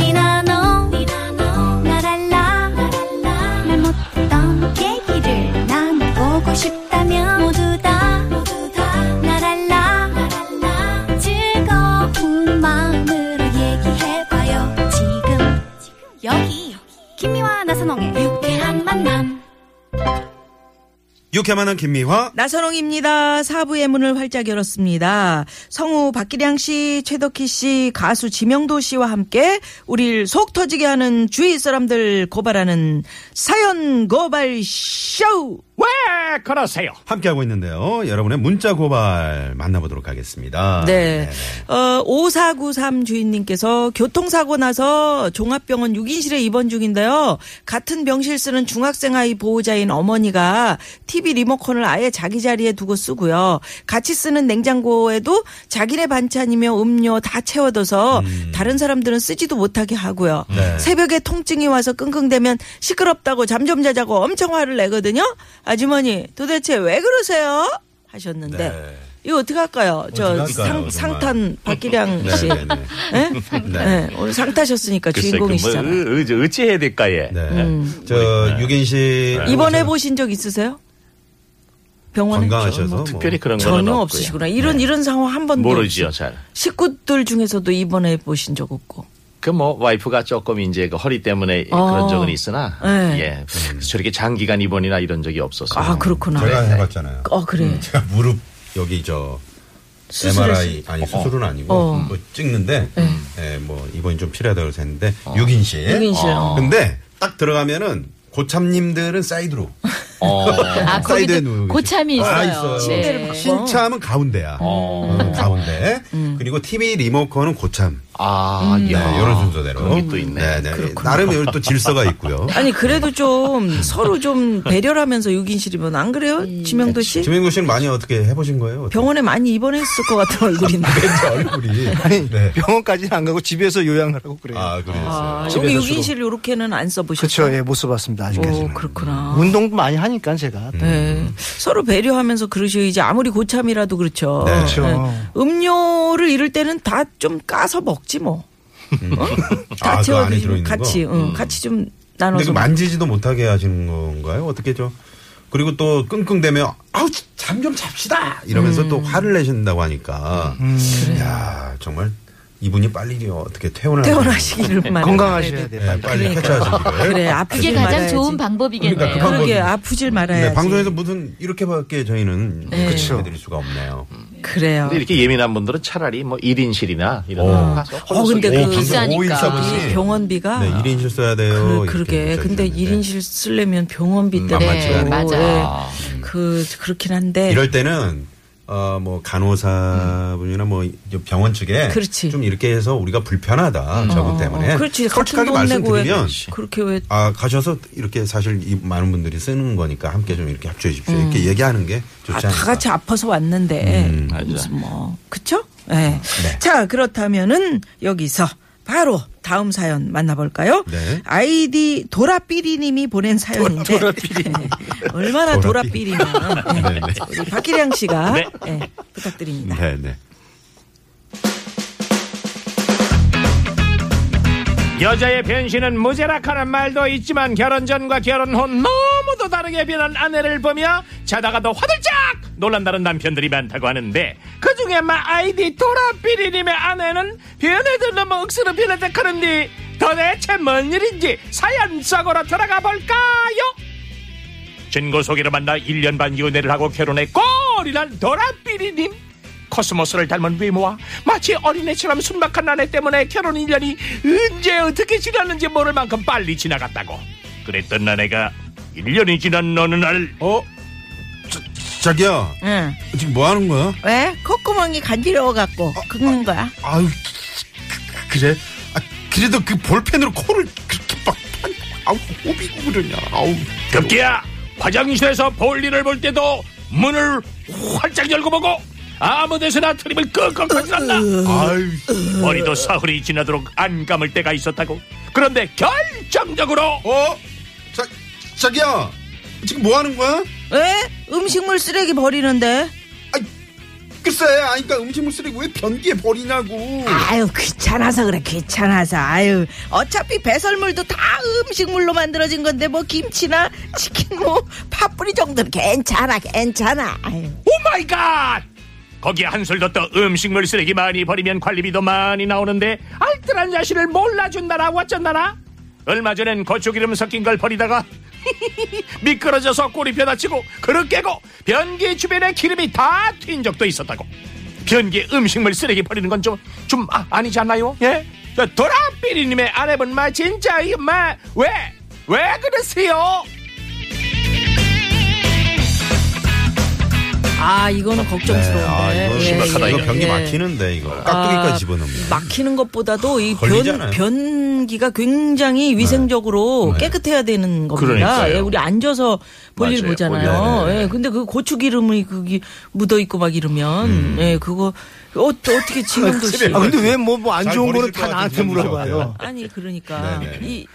니나노 나랄라 말 못했던 얘기를 나눠보고 싶다면 모두 다 나랄라 즐거운 마음으로 얘기해봐요 지금 여기 김미와 나선홍의 유쾌한 만남 유쾌만한 김미화. 나선홍입니다. 사부의 문을 활짝 열었습니다. 성우 박기량 씨, 최덕희 씨, 가수 지명도 씨와 함께 우릴 속 터지게 하는 주위 사람들 고발하는 사연 고발 쇼! 왜 아, 그러세요? 어, 함께하고 있는데요. 여러분의 문자 고발 만나보도록 하겠습니다. 네. 어, 5493 주인님께서 교통사고 나서 종합병원 6인실에 입원 중인데요. 같은 병실 쓰는 중학생 아이 보호자인 어머니가 TV 리모컨을 아예 자기 자리에 두고 쓰고요. 같이 쓰는 냉장고에도 자기네 반찬이며 음료 다 채워둬서 다른 사람들은 쓰지도 못하게 하고요. 음. 네. 새벽에 통증이 와서 끙끙대면 시끄럽다고 잠 좀 자자고 엄청 화를 내거든요. 아주머니 도대체 왜 그러세요? 하셨는데 네. 이거 어떻게 할까요? 저 어떡할까요, 정말. 상, 상탄 박기량 네. 씨. 네. 네. 예? 네. 네, 오늘 상타셨으니까 글쎄, 주인공이시잖아요. 그 뭐, 어찌, 어찌 해야 될까, 예. 네. 저 유긴 씨 네. 뭐 입원해 보신 적 있으세요? 병원에 건강하셔서 뭐 특별히 그런 건 전혀 없으시구나. 이런 이런 상황 한 번도 네. 모르지요, 없이. 잘. 식구들 중에서도 입원해 보신 적 없고. 그 뭐 와이프가 조금 이제 그 허리 때문에 어. 그런 적은 있으나 네. 예 저렇게 장기간 입원이나 이런 적이 없었어요. 아 그렇구나. 제가 해봤잖아요. 음. 어 그래. 제가 무릎 여기 저 수술을 MRI 아니 수술은 아니고 어. 뭐 찍는데 예, 뭐 이번이 좀 필요하다고 해서 했는데 육 6인실. 육인실, 어. 근데 딱 들어가면은 고참님들은 사이드로 그- 어. 아, 사이드에 거기도 누우고 고참이 있어요. 아, 침대를 네. 바꿔. 신참은 가운데야. 어, 가운데. 그리고 TV 리모컨은 고참. 아, 음. 네, 야. 이런 순서대로. 그런 게또 있네. 네, 네. 나름 여기 또 질서가 있고요. 아니 그래도 좀 서로 좀 배려를 하면서 6인실이면 안 그래요? 지명도 씨? 지명구 씨는 많이 어떻게 해보신 거예요? 병원에 많이 입원했을 것 같은 얼굴인데. 어떻게 얼굴이. 네. 병원까지는 안 가고 집에서 요양을 하고 그래요. 아, 그랬어요. 아, 여기 6인실 요렇게는 안 써보셨죠? 그렇죠. 예, 못 써봤습니다. 오, 아직까지는. 그렇구나. 운동도 많이 하니까 제가. 음. 네. 서로 배려하면서 그러셔야지 아무리 고참이라도 그렇죠. 네. 그렇죠. 음료를 이럴 때는 다 좀 까서 먹지 뭐. 어? 아, 다 그 채워 안에 드시고 들어있는 같이 거? 응, 같이 좀 근데 그 나눠서 만지지도 못하게 하시는 건가요? 어떻게죠? 그리고 또 끙끙대며 아우 잠 좀 잡시다 이러면서 또 화를 내신다고 하니까 야 정말 이분이 빨리 어떻게 퇴원을 퇴원하시기를 말. 건강하셔야 돼요. 네, 빨리 퇴차하시기를 그래. 아프지 그게 가장 말아야지. 좋은 방법이겠네요. 그러니까 그 방법- 그러게 아프질 말아야지. 네, 방송에서 무슨 이렇게밖에 저희는 네. 네, 그쵸. 해드릴 수가 없네요. 그래요. 근데 이렇게 예민한 분들은 차라리 뭐 1인실이나 이런 데 가서 어 근데 오, 그 방금 비싸니까. 이 514분이 병원비가 아. 네, 1인실 써야 돼요. 그, 그러게. 근데 일 1인실 쓰려면 병원비 음, 때문에. 만만치가 또, 않아요. 음. 예. 맞아. 그, 그렇긴 한데. 이럴 때는 어 뭐 간호사분이나 뭐 병원 측에 음. 그렇지. 좀 이렇게 해서 우리가 불편하다 저분 때문에 어, 그렇지. 같은 솔직하게 돈 내고 왜 말씀드리면 그렇게 왜. 아 가셔서 이렇게 사실 이 많은 분들이 쓰는 거니까 함께 좀 이렇게 합주해 주십시오 이렇게 얘기하는 게 음. 아, 좋지 않을까 다 같이 아파서 왔는데. 음. 맞아. 무슨 뭐. 그쵸? 예. 네. 자, 그렇다면은 여기서 바로 다음 사연 만나볼까요? 네. 아이디 도라삐리님이 보낸 사연인데. 예. 얼마나 도라삐. 도라삐리면. 예. 네, 네. 우리 박기량 씨가. 네. 예, 부탁드립니다. 네네 여자의 변신은 무죄라카는 말도 있지만 결혼 전과 결혼 후 너무도 다르게 변한 아내를 보며 자다가도 화들짝 놀란다는 남편들이 많다고 하는데 그중에 마 아이디 도라삐리님의 아내는 변해도 너무 억수로 변했다 그런데 도대체 뭔 일인지 사연 속으로 들어가 볼까요? 친구 소개로 만나 1년 반 연애를 하고 결혼했고 어린한 도라삐리님 코스모스를 닮은 외모와 마치 어린애처럼 순박한 아내 때문에 결혼 1년이 언제 어떻게 지났는지 모를 만큼 빨리 지나갔다고 그랬던 아내가 1년이 지난 어느 날 어 자기야 응. 지금 뭐 하는 거야 예. 왜? 콧구멍이 간지러워갖고 긁는 거야. 아유 그, 그래 아, 그래도 그 볼펜으로 코를 그렇게 막 아우 오비고 그러냐 아우 급기야 화장실에서 볼일을 볼 때도 문을 활짝 열고 보고 아무 데서나 트림을 끄끄 거슬렀다 아유 머리도 사흘이 지나도록 안 감을 때가 있었다고 그런데 결정적으로 어? 자, 자기야, 지금 뭐 하는 거야? 왜? 음식물 쓰레기 버리는데. 아, 글쎄, 아니까 음식물 쓰레기 왜 변기에 버리냐고. 아유 귀찮아서 그래 귀찮아서 아유 어차피 배설물도 다 음식물로 만들어진 건데 뭐 김치나 치킨 뭐 파뿌리 정도는 괜찮아 괜찮아 아유 오 마이 갓! Oh 거기에 한술 더 떠 음식물 쓰레기 많이 버리면 관리비도 많이 나오는데 알뜰한 자신을 몰라준다나 어쩐다나 얼마 전엔 고추기름 섞인 걸 버리다가 미끄러져서 꼬리뼈 다치고 그릇 깨고 변기 주변에 기름이 다 튄 적도 있었다고 변기에 음식물 쓰레기 버리는 건 좀 좀 아, 니지 않나요? 예? 저 도라삐리님의 아내분 마 진짜 이마왜왜 왜 그러세요? 아 이거는 걱정스러운데 아, 예, 이거 심각하다. 이거 변기 막히는데, 이거. 깍두기까지 아, 집어넣으면. 막히는 것보다도 이 변, 걸리잖아요. 네. 변기가 굉장히 위생적으로 깨끗해야 되는 겁니다. 그러니까요. 예, 우리 앉아서 볼일 맞아요. 보잖아요. 볼일. 네, 네, 예, 근데 그 고추기름이 그게 묻어 있고 막 이러면 음. 예, 그거 어, 떻게 지금도 씨. 아 근데 왜 뭐 안 네. 잘 좋은 거는 버리실 다 것 네. 나한테 같은 물어봐요. 분이죠. 아니 그러니까 네, 네. 이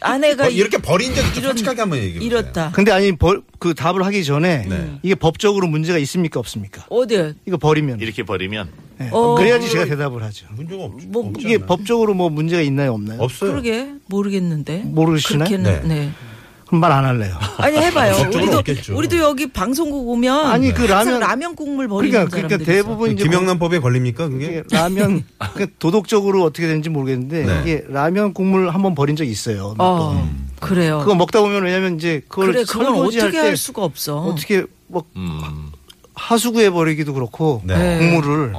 아내가 어, 이렇게 버린 적이 좀 이런- 솔직하게 한번 얘기해 보세요. 이렇다. 근데 아니 벌- 그 답을 하기 전에 네. 이게 법적으로 문제가 있습니까 없습니까? 어디 이거 버리면 이렇게 버리면 네. 어. 그래야지 제가 대답을 하죠. 문제가 없, 뭐, 없지 이게 않나요? 법적으로 뭐 문제가 있나요 없나요? 없어요. 그러게 모르겠는데 모르시나요? 그렇게는, 네. 네. 그럼 말 안 할래요. 아니 해봐요. 법적으로 우리도 없겠죠. 우리도 여기 방송국 오면 아니, 그 항상 라면- 라면 국물 버리는 그러니까 그러니까 사람들이 있어. 대부분 이제 김영란법에 걸립니까, 그게? 이게 라면 그러니까 도덕적으로 어떻게 되는지 모르겠는데 네. 이게 라면 국물 한번 버린 적 있어요. 어 음. 그래요. 그거 뭐- 먹다 보면 왜냐면 이제 그걸 그래 그건 설거지할 어떻게 할 때 수가 없어. 어떻게 뭐 음. 하수구에 버리기도 그렇고 네. 국물을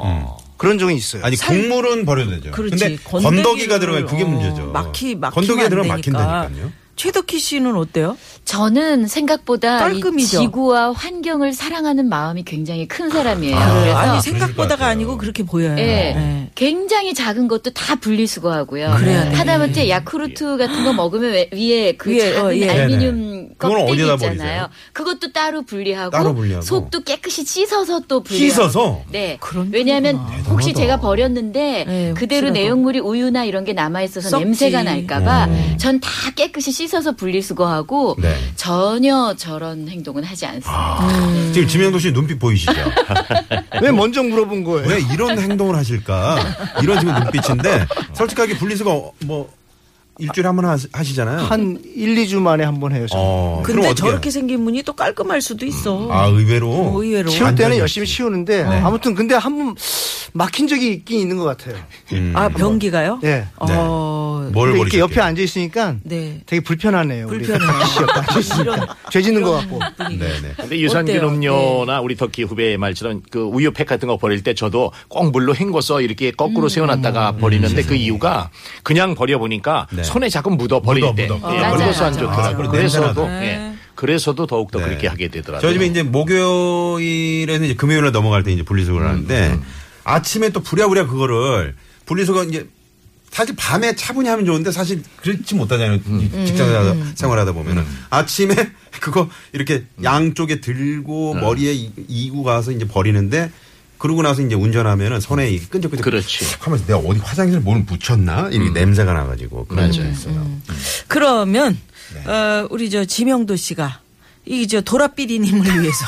그런 적이 있어요. 아니 국물은 버려도 되죠. 그렇지. 근데 건더기를, 건더기가 들어가면 그게 어, 문제죠. 막히 막 건더기에 들어가면 막힌다니까요. 최덕희 씨는 어때요? 저는 생각보다 이 깔끔이죠. 지구와 환경을 사랑하는 마음이 굉장히 큰 사람이에요. 그래서 아니 그러실 것 생각보다가 같아요. 아니고 그렇게 보여요. 예. 예. 굉장히 작은 것도 다 분리수거하고요. 그래야 돼. 하다못해 야쿠르트 같은 거 먹으면 왜- 위에 그 예. 위에, 작은 어, 예. 알미늄 그건 껍데기 어디다 버리세요? 있잖아요. 그것도 따로 분리하고, 따로 분리하고. 속도 깨끗이 씻어서 또 분리하고. 씻어서 네. 그런 왜냐하면 거구나. 혹시 대단하다. 제가 버렸는데 네, 그대로 혹시라도. 내용물이 우유나 이런 게 남아 있어서 썩지. 냄새가 날까봐 전 다 깨끗이 씻어서 분리수거하고 음. 네. 전혀 저런 행동은 하지 않습니다. 지금 지명도 씨 눈빛 보이시죠? 왜 먼저 물어본 거예요? 왜 이런 행동을 하실까? 이런 지금 눈빛인데 솔직하게 분리수거 어, 뭐 일주일에 한 번 하시잖아요. 한 1, 2주 만에 한 번 해요. 저는. 어, 그럼 근데 어떻게 저렇게 해요? 생긴 분이 또 깔끔할 수도 있어. 아 의외로 어, 의외로. 치울 때는 완전히 네. 열심히 치우는데 아무튼 근데 한 번 막힌 적이 있긴 있는 것 같아요. 음. 네. 뭐? 아 변기가요? 예. 어. 뭘 근데 버리게 이렇게 옆에 앉아 있으니까 네. 되게 불편하네요. 우리 불편해요. 씨 옆에 앉아 있으니까 죄 짓는 것 같고. 네네. 근데 유산균 어때요? 음료나 네. 우리 터키 후배의 말처럼 그 우유팩 같은 거 버릴 때 저도 꼭 물로 헹궈서 이렇게 거꾸로 음. 세워놨다가 버리는데 그 이유가 그냥 버려보니까 네. 손에 자꾸 묻어 버릴 묻어, 때 묻어. 예, 맞아요, 네. 그래서 안 맞아요. 아, 좋더라고요. 그리고 그래서도 냄새나도. 예, 그래서도 더욱더 그렇게 하게 되더라고요. 네. 저희 집에 이제 목요일에는 이제 금요일로 넘어갈 때 이제 분리수거를 음, 하는데 아침에 또 부랴부랴 그거를 분리수거 이제 사실 밤에 차분히 하면 좋은데 사실 그렇지 못하잖아요. 음, 직장 생활하다 보면은 아침에 그거 이렇게 음. 양쪽에 들고 머리에 이- 이고 가서 이제 버리는데 그러고 나서 이제 운전하면은 손에 이 끈적끈적 그렇지. 음. 하면서 내가 어디 화장실에 뭘 묻혔나 이렇게 냄새가 나가지고 그런 맞아요. 적 음. 있어요. 그러면 어, 우리 저 지명도 씨가 이 저 도라삐리님을 위해서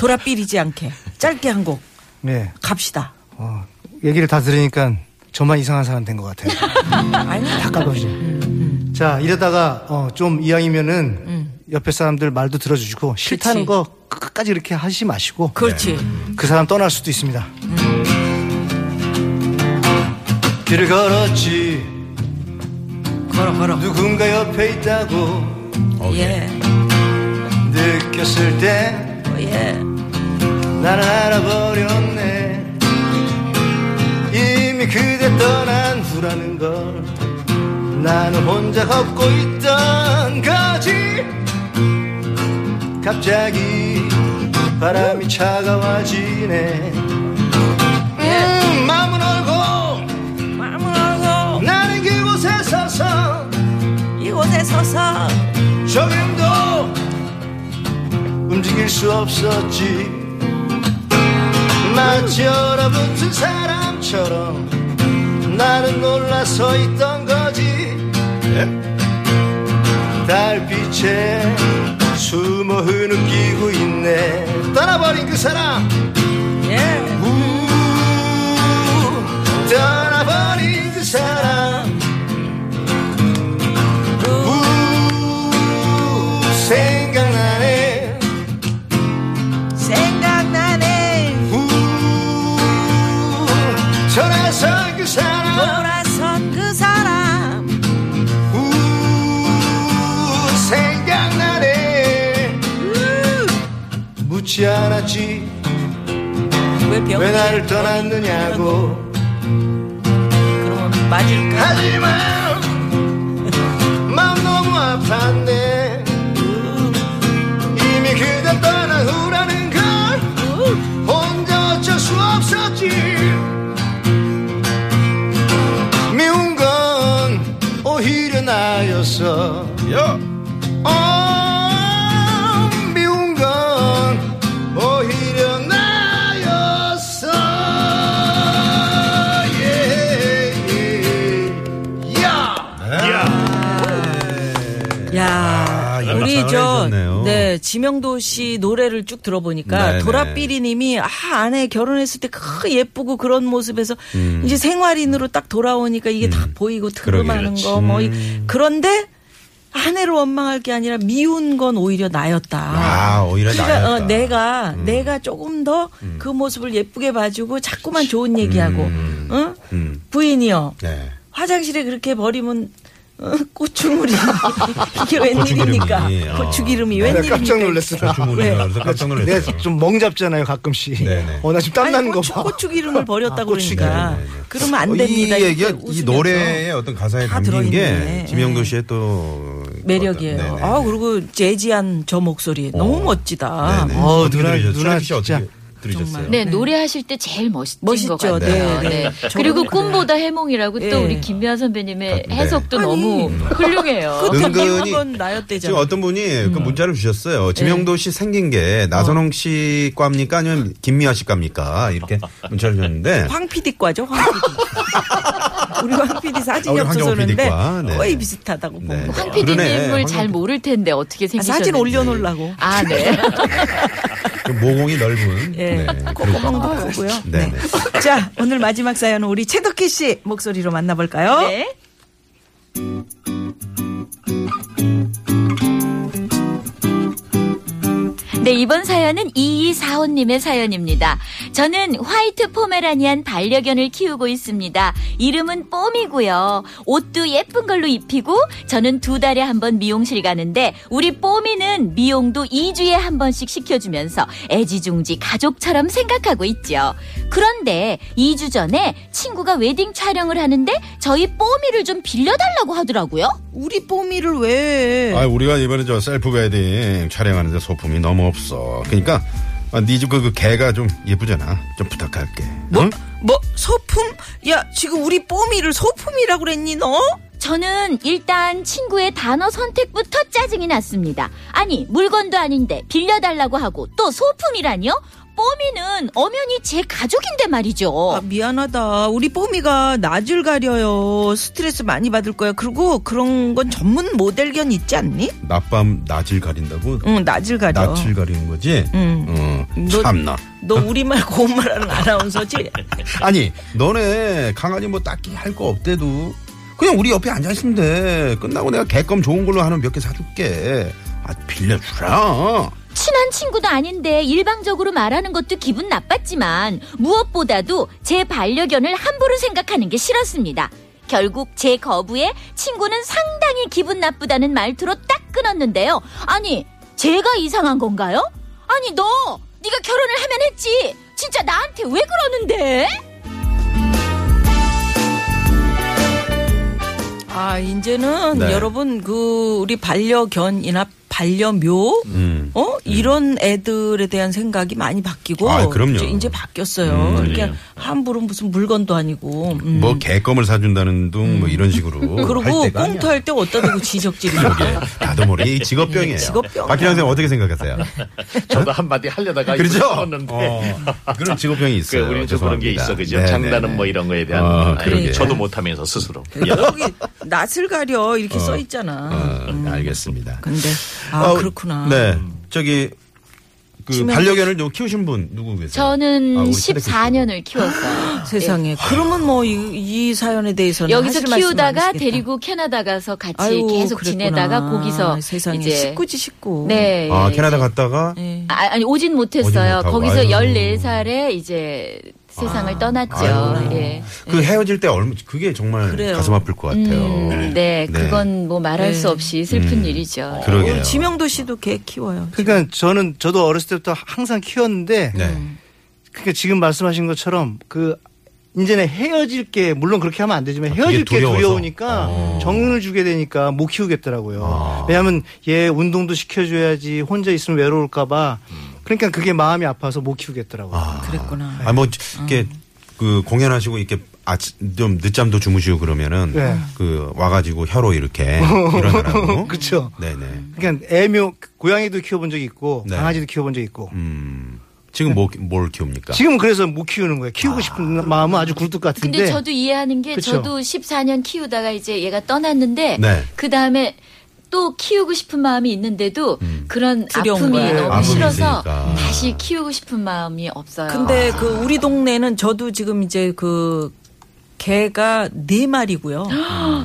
도라삐리지 않게 짧게 한 곡 네. 갑시다. 어, 얘기를 다 들으니까 저만 이상한 사람 된 것 같아요. 아니 다 까먹으시네. 음, 자, 이러다가 어, 좀 이왕이면은 옆에 사람들 말도 들어주시고 그치. 싫다는 거 끝까지 이렇게 하지 마시고 그렇지. 그 사람 떠날 수도 있습니다. 음. 길을 걸었지 걸어 걸어. 누군가 옆에 있다고 어, 예. 느꼈을 때 예. 나는 알아버렸네 이미 그대 떠난 후라는 걸 나는 혼자 걷고 있던 거지 갑자기 바람이 차가워지네 음, 마음은 얼고 마무리하고 나는 그곳에 서서 이곳에 서서 조금 더 움직일 수 없었지 마치 얼어붙은 사람처럼 나는 놀라서 있던 거지 달빛에 숨어 흐느끼고 있네 떠나버린 그 사람 예. 우, 떠나버린 그 사람 우, 생각나네 생각나네 우, 전화선 그 사람 돌아선 그 사람 우, 생각나네 묻지 않았지 왜 왜 병원 나를 떠났느냐고 그럼 맞을까 하지만 마음 너무 아팠네 이미 그대 떠난 후라는 걸 혼자 어쩔 수 없었지 미운 건 오히려 나였어 야, 어, 미운 건 오히려 나였어. 예, 예. 야! 야, 아, 이거 우리 저, 잘하셨네요. 네, 지명도 씨 노래를 쭉 들어보니까 네네. 도라삐리 님이 아, 아내 결혼했을 때 그 예쁘고 그런 모습에서 이제 생활인으로 딱 돌아오니까 이게 다 보이고 들음하는 음. 그러게, 거, 뭐, 이- 그런데 아내를 원망할 게 아니라 미운 건 오히려 나였다. 아, 오히려 나였다. 음. 어, 내가, 내가 조금 더 그 모습을 예쁘게 봐주고 자꾸만 좋은 얘기하고, 음. 응? 음. 부인이요. 네. 화장실에 그렇게 버리면 어, 고추물이 아, 이게 웬일입니까? 고추기름이, 어. 고추기름이 내가 내가 깜짝 웬일입니까? 네. 놀랐어. 주문을 그래서 네, 깜짝 내가 놀랐어요. 네, 좀 멍잡잖아요, 가끔씩. 네네. 어, 나 지금 아니, 땀나는 거 고추, 봐. 고추기름을 버렸다고 그러니까 고추기름. 네네네. 그러면 안 어, 됩니다. 이 이렇게 얘기가 이 웃으면서. 노래의 어떤 가사에 다 담긴 들어있네. 게 지명도 네. 씨의 또 매력이에요. 어떤- 네네. 아 그리고 재지한 저 목소리 너무 어. 멋지다. 네네. 어, 어떻게 누나, 들으셨죠? 누나 최피 씨 어떻게 진짜. 들으셨어요? 네, 노래하실 때 제일 멋있 멋있죠. 것 같아요. 네, 네. 그리고 저는 꿈보다 해몽이라고 예. 또 우리 김미아 선배님의 네. 해석도 아니. 그 너무 훌륭해요. 끝에 은근히- 미운 건 지금 나였대잖아. 어떤 분이 그 문자를 네. 주셨어요. 지명도 씨 생긴 게 어. 나선홍 씨 과입니까 아니면 김미아 씨 과입니까? 이렇게 문자를 주셨는데 황 PD과죠, 황 PD. 우리 황 PD 아, 사진이 우리 황정호 없어서 그런데 PD과, 네. 거의 비슷하다고 네. 보면. 황 그러네. PD님을 황 잘 PD. 모를 텐데 어떻게 아, 생기셨는지. 사진 올려놓으려고. 아, 네. 그 모공이 넓은 예. 콧구멍도 크고요. 네. 네. 자, 오늘 마지막 사연은 우리 최덕희 씨 목소리로 만나볼까요? 네. 네, 이번 사연은 2245님의 사연입니다. 저는 화이트 포메라니안 반려견을 키우고 있습니다. 이름은 뽀미고요. 옷도 예쁜 걸로 입히고 저는 두 달에 한 번 미용실 가는데 우리 뽀미는 미용도 2주에 한 번씩 시켜주면서 애지중지 가족처럼 생각하고 있죠. 그런데 2주 전에 친구가 웨딩 촬영을 하는데 저희 뽀미를 좀 빌려달라고 하더라고요. 우리 뽀미를 왜. 아, 우리가 이번에 저 셀프 웨딩 촬영하는데 소품이 너무 없어. 그러니까 아, 니집그 그 개가 좀 예쁘잖아. 좀 부탁할게. 뭐, 응? 뭐, 소품? 야, 지금 우리 뽀미를 소품이라고 그랬니, 너? 어. 저는 일단 친구의 단어 선택부터 짜증이 났습니다. 아니, 물건도 아닌데 빌려달라고 하고 또 소품이라니요? 뽀미는 엄연히 제 가족인데 말이죠. 아, 미안하다. 우리 뽀미가 낯을 가려요. 스트레스 많이 받을 거야. 그리고 그런 건 전문 모델견 있지 않니? 낮밤 낮을 가린다고? 응, 낯을 가려. 낮을 가리는 거지? 응. 어, 음, 너- 참나. 너 우리말 그 고운말 하는 아나운서지? 아니, 너네 강아지 뭐 딱히 할 거 없대도 그냥 우리 옆에 앉아 있으면 돼. 끝나고 내가 개껌 좋은 걸로 하나 몇 개 사줄게. 아, 빌려주라. 친한 친구도 아닌데 일방적으로 말하는 것도 기분 나빴지만 무엇보다도 제 반려견을 함부로 생각하는 게 싫었습니다. 결국 제 거부에 친구는 상당히 기분 나쁘다는 말투로 딱 끊었는데요. 아니, 제가 이상한 건가요? 아니, 너! 네가 결혼을 하면 했지! 진짜 나한테 왜 그러는데? 아, 이제는 네. 여러분 그 우리 반려견이나 반려묘 음. 어 이런 애들에 대한 생각이 많이 바뀌고 아, 그럼요. 음, 네. 이제, 이제 바뀌었어요. 그러니까 함부로 무슨 물건도 아니고 음. 뭐 개껌을 사준다는 둥 뭐 이런 식으로 할 그리고 때가 아니야. 꽁투할 때 어디다 대고 지적질이 그러게. 나도 모르게 이 직업병이에요. 직업병. 박기량 선생 어떻게 생각하세요? 저도 한마디 하려다가 그렇죠? 는데 어, 그런 직업병이 있어요. 우리는 좀 그런 게 죄송합니다. 있어 그죠? 네, 장난은 네, 뭐 네. 이런 거에 대한 어, 아니, 그러게. 저도 못하면서 스스로 야, 여기 낯을 가려 이렇게 써 있잖아. 어, 알겠습니다. 근데 아 어, 그렇구나. 네. 저기 그 반려견을 좀 키우신 분 누구 계세요? 저는 아, 우리 차대 교수님. 14년을 키웠어요. 세상에. 그러면 뭐 이 사연에 대해서는 여기서 하실 말씀 키우다가 많으시겠다. 데리고 캐나다 가서 같이 아유, 계속 그랬구나. 지내다가 거기서 세상에 이제 식구지 식구. 네. 아 캐나다 갔다가 예. 아, 아니 오진 오진 못했어요. 못하고, 거기서 아유. 14살에 이제 세상을 떠났죠. 아이고. 예. 그 헤어질 때 얼마 그게 정말 네. 그래요. 가슴 아플 것 같아요. 음, 네, 그건 뭐 말할 네. 수 없이 슬픈 음. 일이죠. 어, 그러게요. 지명도 씨도 개 키워요. 그러니까 저는 저도 어렸을 때부터 항상 키웠는데 네. 음. 그러니까 지금 말씀하신 것처럼 그 이제는 헤어질 게 물론 그렇게 하면 안 되지만 아, 그게 헤어질 게 두려워서. 두려우니까 어. 정을 주게 되니까 못 키우겠더라고요. 아. 왜냐하면 얘 운동도 시켜줘야지 혼자 있으면 외로울까봐 그러니까 그게 마음이 아파서 못 키우겠더라고요. 그랬구나. 아, 뭐, 이렇게, 음. 그, 공연하시고, 이렇게, 아, 좀 늦잠도 주무시고 그러면은, 네. 그, 와가지고 혀로 이렇게 일어나라고. 그렇죠. 네네. 그러니까 애묘 고양이도 키워본 적이 있고 네. 강아지도 키워본 적이 있고 음. 지금 뭐, 뭘 키웁니까? 지금은 그래서 못 키우는 거예요. 키우고 싶은 마음은 아주 굴뚝 같은데 근데 저도 이해하는 게 그쵸. 저도 14년 키우다가 이제 얘가 떠났는데 네. 그 다음에 또 키우고 싶은 마음이 있는데도 그런 두려운 아픔이 거야. 너무 아픔이 싫어서 있으니까. 다시 키우고 싶은 마음이 없어요. 근데 그 우리 동네는 저도 지금 이제 그 개가 네 마리고요.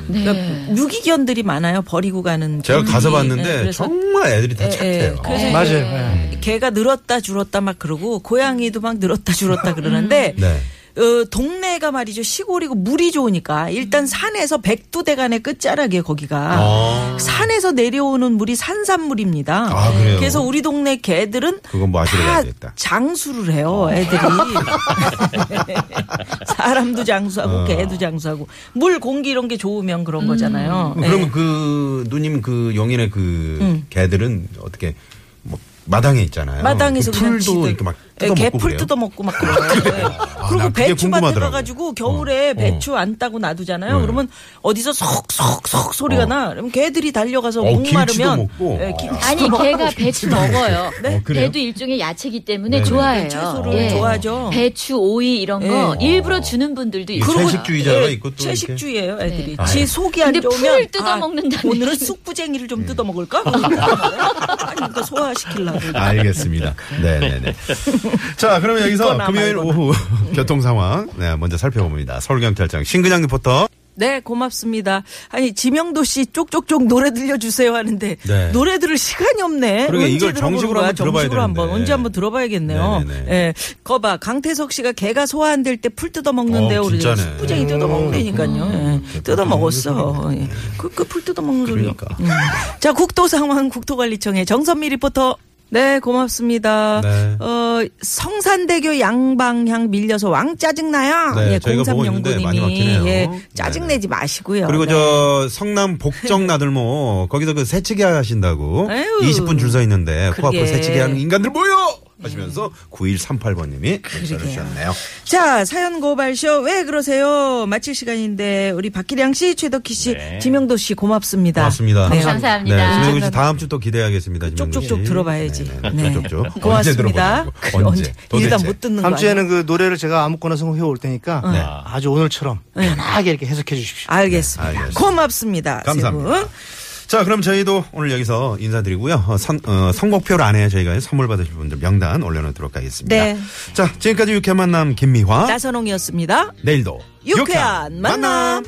네. 그러니까 유기견들이 많아요. 버리고 가는. 제가 가서 봤는데, 네, 그래서- 정말 애들이 다 예, 착해요. 예. 그래서 맞아요. 이제 예. 개가 늘었다 줄었다 막 그러고 고양이도 막 늘었다 줄었다 그러는데 네. 어, 동네가 말이죠 시골이고 물이 좋으니까 일단 산에서 백두대간의 끝자락이에요 거기가 아. 산에서 내려오는 물이 산산물입니다. 아, 그래요? 그래서 우리 동네 개들은 그건 마시러 다 가야 되겠다. 아. 장수를 해요 애들이 사람도 장수하고 어. 개도 장수하고 물 공기 이런 게 좋으면 그런 거잖아요. 예. 음. 그러면 그, 누님 그 용인의 그, 개들은 어떻게, 뭐, 마당에 있잖아요. 음. 마당에서 그 그냥 풀도 지들- 이렇게 막 예, 뜯어먹고 개풀 그래요? 뜯어먹고 막 그래요. 아, 그리고 나 그게 배추밭에 궁금하더라고요. 가가지고 겨울에 어. 배추 안 따고 놔두잖아요. 네. 그러면 어디서 석석석 소리가 어. 나. 그럼 개들이 달려가서 어, 김치도 목마르면 먹고. 어. 예, 김치도 아니 먹고 걔가 배추 먹어요. 네? 어, 그래요? 배도 일종의 야채기 때문에 네네. 좋아해요. 채소를 예. 좋아하죠. 배추, 오이 이런 거 그렇죠. 예. 일부러 주는 분들도 이 있어요. 어. 채식주의자가 있고 또. 이렇게. 채식주의예요, 애들이. 네. 지 속이 안 근데 좋으면 풀을 뜯어먹는다네. 아, 오늘은 쑥부쟁이를 예. 좀 뜯어먹을까? 아니, 그러니까 소화시키려고. 알겠습니다. 네네네. 자, 그러면 여기서 믿거나 금요일 말거나. 오후 교통 상황 네, 먼저 살펴봅니다. 서울경찰청 신근양 리포터. 네, 고맙습니다. 아니, 지명도 씨 쪽쪽쪽 노래 들려주세요 하는데 네. 노래 들을 시간이 없네. 그러게, 언제 이걸 들어보는 정식으로 거야? 한번 들어봐야 정식으로 한번 되는데. 언제 한번 들어봐야겠네요. 네네네. 예. 거봐, 강태석 씨가 개가 소화 안 될 때 풀 뜯어 먹는데요. 어, 우리 진짜네. 숯부쟁이 뜯어 먹는다니까요. 예. 뜯어 먹었어. 예. 그그풀 뜯어 먹는 소리. 네, 그러니까. 음. 자, 국토 상황 국토관리청의 정선미 리포터. 네, 고맙습니다. 네. 어, 성산대교 양방향 밀려서 왕 짜증나요? 네, 예, 저희가 보고 있는데 0309 님이. 많이 막히네요. 예, 네. 짜증내지 마시고요. 그리고 네. 저 성남 복정 나들모 거기서 그 새치기 하신다고 아유. 20분 줄 서 있는데 코앞으로 그러게. 새치기 하는 인간들 모여 하시면서 9138번님이 문자를 주셨네요. 자, 사연 고발쇼 왜 그러세요? 마칠 시간인데 우리 박기량 씨, 최덕희 씨, 네. 지명도 씨 고맙습니다. 고맙습니다. 네. 감사합니다. 네, 지명도 씨 다음 주 또 기대하겠습니다. 지명도 쪽쪽쪽 씨. 들어봐야지. 네, 네, 네. 쪽쪽쪽. 언제 고맙습니다. 들어보냐고. 그래, 언제? 일단 도대체. 못 듣는 거 아니에요? 다음 네. 주에는 그 노래를 제가 아무거나 선곡해 올 테니까 아주 오늘처럼 편하게 이렇게 해석해 주십시오. 알겠습니다. 네, 알겠습니다. 고맙습니다. 세 감사합니다. 분. 자, 그럼 저희도 오늘 여기서 인사드리고요. 어, 선, 어, 선곡표 안에 저희가 선물 받으실 분들 명단 올려놓도록 하겠습니다. 네. 자, 지금까지 유쾌한 만남 김미화. 나선홍이었습니다. 내일도 유쾌한 만남.